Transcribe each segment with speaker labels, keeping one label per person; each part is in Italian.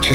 Speaker 1: Ci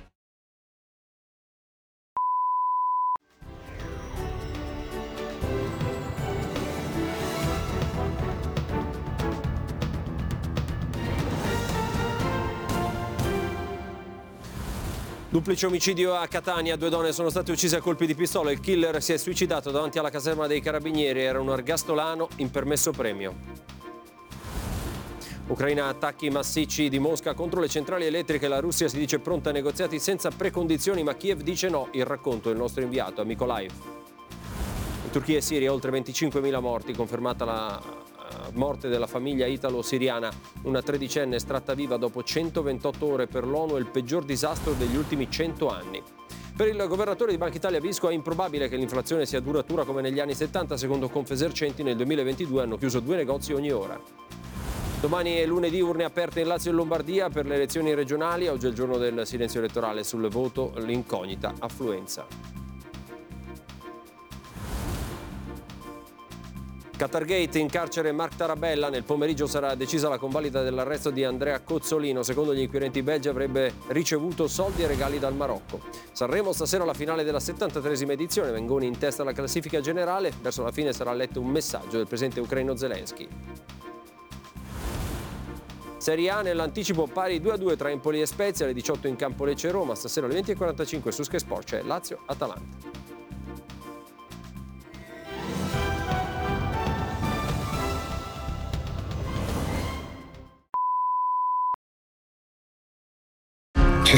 Speaker 2: Duplice omicidio a Catania, due donne sono state uccise a colpi di pistola, il killer si è suicidato davanti alla caserma dei carabinieri, era un argastolano in permesso premio. Ucraina attacchi massicci di Mosca contro le centrali elettriche, la Russia si dice pronta a negoziati senza precondizioni, ma Kiev dice no, il racconto del nostro inviato, amico live. In Turchia e Siria oltre 25.000 morti, confermata la eh, morte della famiglia italo-siriana, una tredicenne estratta viva dopo 128 ore per l'ONU è il peggior disastro degli ultimi 100 anni. Per il governatore di Banca Italia Visco è improbabile che l'inflazione sia duratura come negli anni 70, secondo Confesercenti nel 2022 hanno chiuso due negozi ogni ora. Domani e lunedì urne aperte in Lazio e Lombardia per le elezioni regionali, oggi è il giorno del silenzio elettorale sul voto, l'incognita affluenza. Qatargate in carcere Mark Tarabella. Nel pomeriggio sarà decisa la convalida dell'arresto di Andrea Cozzolino. Secondo gli inquirenti belgi avrebbe ricevuto soldi e regali dal Marocco. Sanremo stasera alla finale della 73esima edizione. Mengoni in testa alla classifica generale. Verso la fine sarà letto un messaggio del presidente ucraino Zelensky. Serie A nell'anticipo pari 2-2 tra Empoli e Spezia, alle 18 in campo Lecce e Roma, stasera alle 20.45 su Sky Sport c'è Lazio-Atalanta.
Speaker 1: Ci